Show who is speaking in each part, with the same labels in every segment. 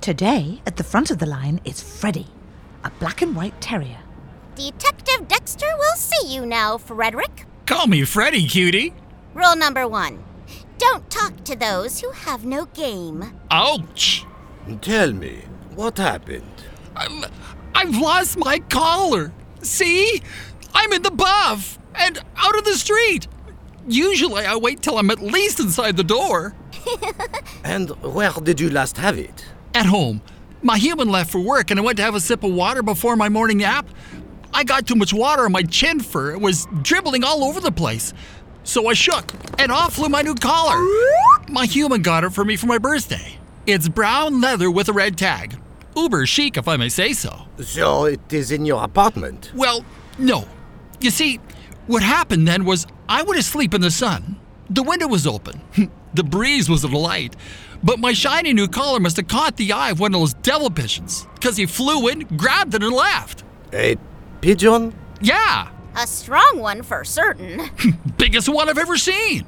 Speaker 1: Today, at the front of the line is Freddy, a black and white terrier.
Speaker 2: Detective Dexter will see you now, Frederick.
Speaker 3: Call me Freddy, cutie.
Speaker 2: Rule number one don't talk to those who have no game.
Speaker 3: Ouch!
Speaker 4: Tell me, what happened?
Speaker 3: I'm, I've lost my collar. See? I'm in the buff and out of the street. Usually I wait till I'm at least inside the door.
Speaker 4: And where did you last have it?
Speaker 3: At home, my human left for work and I went to have a sip of water before my morning nap. I got too much water on my chin fur. It was dribbling all over the place. So I shook and off flew my new collar. My human got it for me for my birthday. It's brown leather with a red tag. Uber chic, if I may say so.
Speaker 4: So it is in your apartment.
Speaker 3: Well, no. You see, what happened then was I went to sleep in the sun. The window was open. the breeze was light. But my shiny new collar must have caught the eye of one of those devil pigeons, because he flew in, grabbed it, and left.
Speaker 4: A pigeon?
Speaker 3: Yeah,
Speaker 2: A strong one for certain.
Speaker 3: biggest one I've ever seen.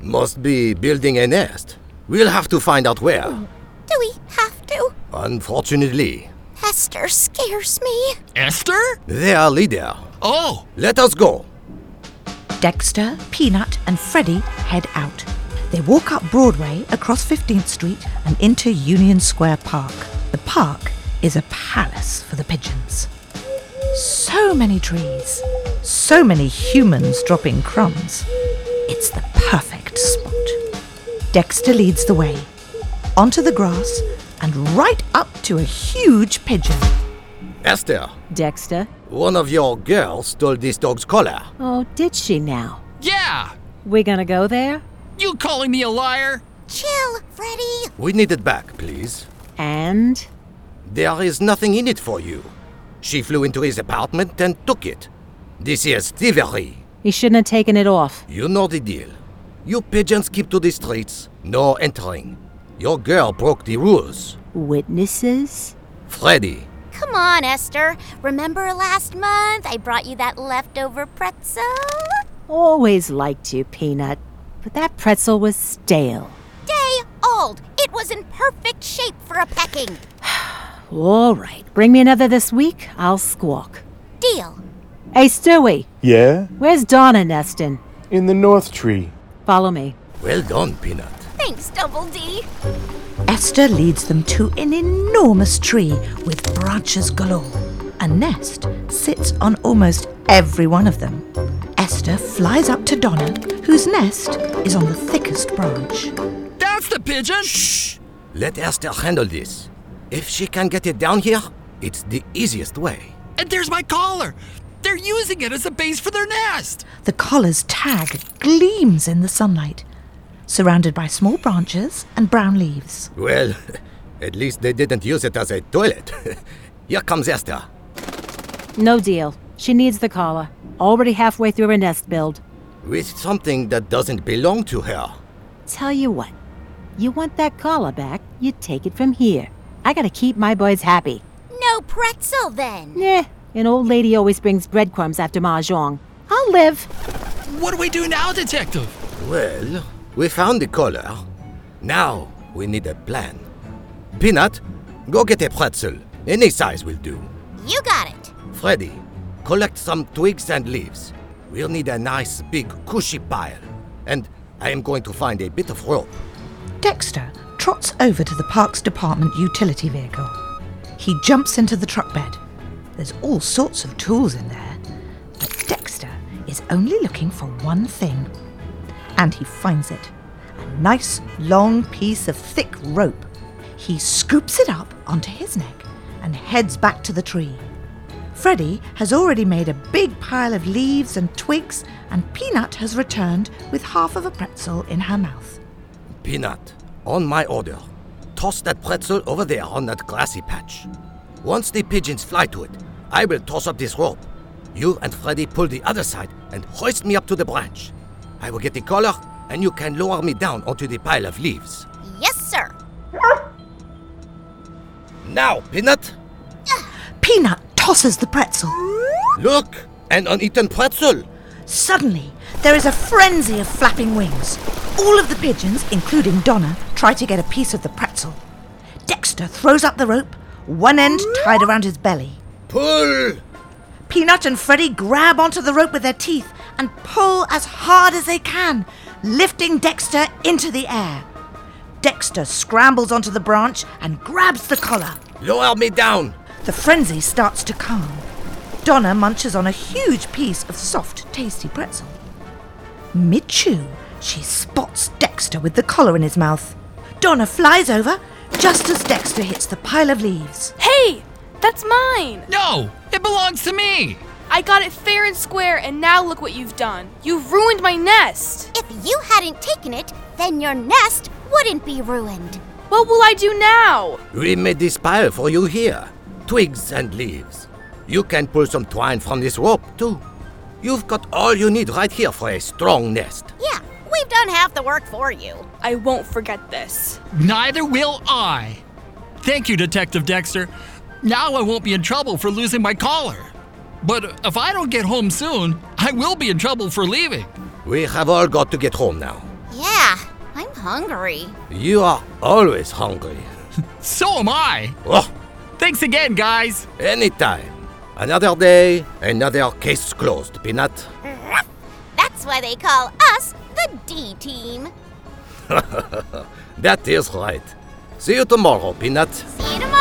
Speaker 4: Must be building a nest. We'll have to find out where.
Speaker 2: Do we have to?
Speaker 4: Unfortunately,
Speaker 2: Hester scares me.
Speaker 3: Esther?
Speaker 4: they are leader.
Speaker 3: Oh,
Speaker 4: Let us go.
Speaker 1: Dexter, Peanut, and Freddy head out. They walk up Broadway, across 15th Street, and into Union Square Park. The park is a palace for the pigeons. So many trees, so many humans dropping crumbs. It's the perfect spot. Dexter leads the way, onto the grass, and right up to a huge pigeon.
Speaker 4: Esther,
Speaker 5: Dexter?
Speaker 4: one of your girls stole this dog's collar.
Speaker 5: Oh, did she now?
Speaker 3: yeah.
Speaker 5: We gonna go there?
Speaker 3: You calling me a liar?
Speaker 2: Chill, Freddy.
Speaker 4: We need it back, please.
Speaker 5: And?
Speaker 4: There is nothing in it for you. She flew into his apartment and took it. This is thievery.
Speaker 5: He shouldn't have taken it off.
Speaker 4: You know the deal. You pigeons keep to the streets, no entering. Your girl broke the rules.
Speaker 5: Witnesses?
Speaker 4: Freddy,
Speaker 2: Come on, Esther. Remember last month I brought you that leftover pretzel?
Speaker 5: Always liked you, Peanut. But that pretzel was stale.
Speaker 2: Day old. It was in perfect shape for a pecking.
Speaker 5: All right, bring me another this week. I'll squawk.
Speaker 2: Deal.
Speaker 5: Hey, Stewie,
Speaker 6: Yeah?
Speaker 5: where's Donna nesting?
Speaker 6: In the North Tree.
Speaker 5: Follow me.
Speaker 4: well done, Peanut.
Speaker 2: Thanks, Double D.
Speaker 1: Esther leads them to an enormous tree with branches galore. A nest sits on almost every one of them. Esther flies up to Donna, whose nest is on the thickest branch.
Speaker 3: That's the pigeon. Shh.
Speaker 4: Let Esther handle this. If she can get it down here, it's the easiest way.
Speaker 3: And there's my collar. They're using it as a base for their nest.
Speaker 1: The collar's tag gleams in the sunlight, surrounded by small branches and brown leaves.
Speaker 4: Well, at least they didn't use it as a toilet. here comes Esther.
Speaker 5: No deal. She needs the collar. Already halfway through her nest build.
Speaker 4: With something that doesn't belong to her.
Speaker 5: Tell you what, you want that collar back, you take it from here. I gotta keep my boys happy.
Speaker 2: No pretzel then.
Speaker 5: Nah, an old lady always brings breadcrumbs after mahjong. I'll live.
Speaker 3: What do we do now, detective?
Speaker 4: Well, we found the collar. Now we need a plan. Peanut, go get a pretzel. Any size will do.
Speaker 2: You got it.
Speaker 4: Freddy, collect some twigs and leaves. We'll need a nice big cushy pile. And I am going to find a bit of rope.
Speaker 1: Dexter trots over to the park's department utility vehicle. He jumps into the truck bed. There's all sorts of tools in there, but Dexter is only looking for one thing. And he finds it a nice long piece of thick rope. He scoops it up onto his neck and heads back to the tree. Freddie has already made a big pile of leaves and twigs, and Peanut has returned with half of a pretzel in her mouth.
Speaker 4: Peanut, on my order, toss that pretzel over there on that grassy patch. Once the pigeons fly to it, I will toss up this rope. You and Freddy pull the other side and hoist me up to the branch. I will get the collar, and you can lower me down onto the pile of leaves.
Speaker 2: Yes, sir.
Speaker 4: Now, Peanut,
Speaker 1: Peanut tosses the pretzel.
Speaker 4: look! An uneaten pretzel!
Speaker 1: Suddenly, there is a frenzy of flapping wings. All of the pigeons, including Donna, try to get a piece of the pretzel. Dexter throws up the rope, one end tied around his belly.
Speaker 4: Pull!
Speaker 1: Peanut and Freddy grab onto the rope with their teeth and pull as hard as they can, lifting Dexter into the air. Dexter scrambles onto the branch and grabs the collar.
Speaker 4: Lower me down!
Speaker 1: The frenzy starts to calm. Donna munches on a huge piece of soft, tasty pretzel. Mid chew, she spots Dexter with the collar in his mouth. Donna flies over just as Dexter hits the pile of leaves.
Speaker 6: Hey, that's mine!
Speaker 3: No, it belongs to me.
Speaker 6: I got it fair and square, and now look what you've done. You've ruined my nest!
Speaker 2: If you hadn't taken it, then your nest wouldn't be ruined.
Speaker 6: What will I do now?
Speaker 4: We made this pile for you here twigs and leaves. You can pull some twine from this rope, too. You've got all you need right here for a strong nest.
Speaker 2: Yeah, we've done half the work for you.
Speaker 6: I won't forget this.
Speaker 3: Neither will I. Thank you, Detective Dexter. Now I won't be in trouble for losing my collar. But if I don't get home soon, I will be in trouble for leaving.
Speaker 4: We have all got to get home now.
Speaker 2: Yeah, I'm hungry.
Speaker 4: You are always hungry.
Speaker 3: So am I.
Speaker 4: Oh,
Speaker 3: Thanks again, guys.
Speaker 4: anytime. Another day, another case closed, Peanut.
Speaker 2: That's why they call us the D team.
Speaker 4: That is right. See you tomorrow, Peanut.
Speaker 2: See you tomorrow.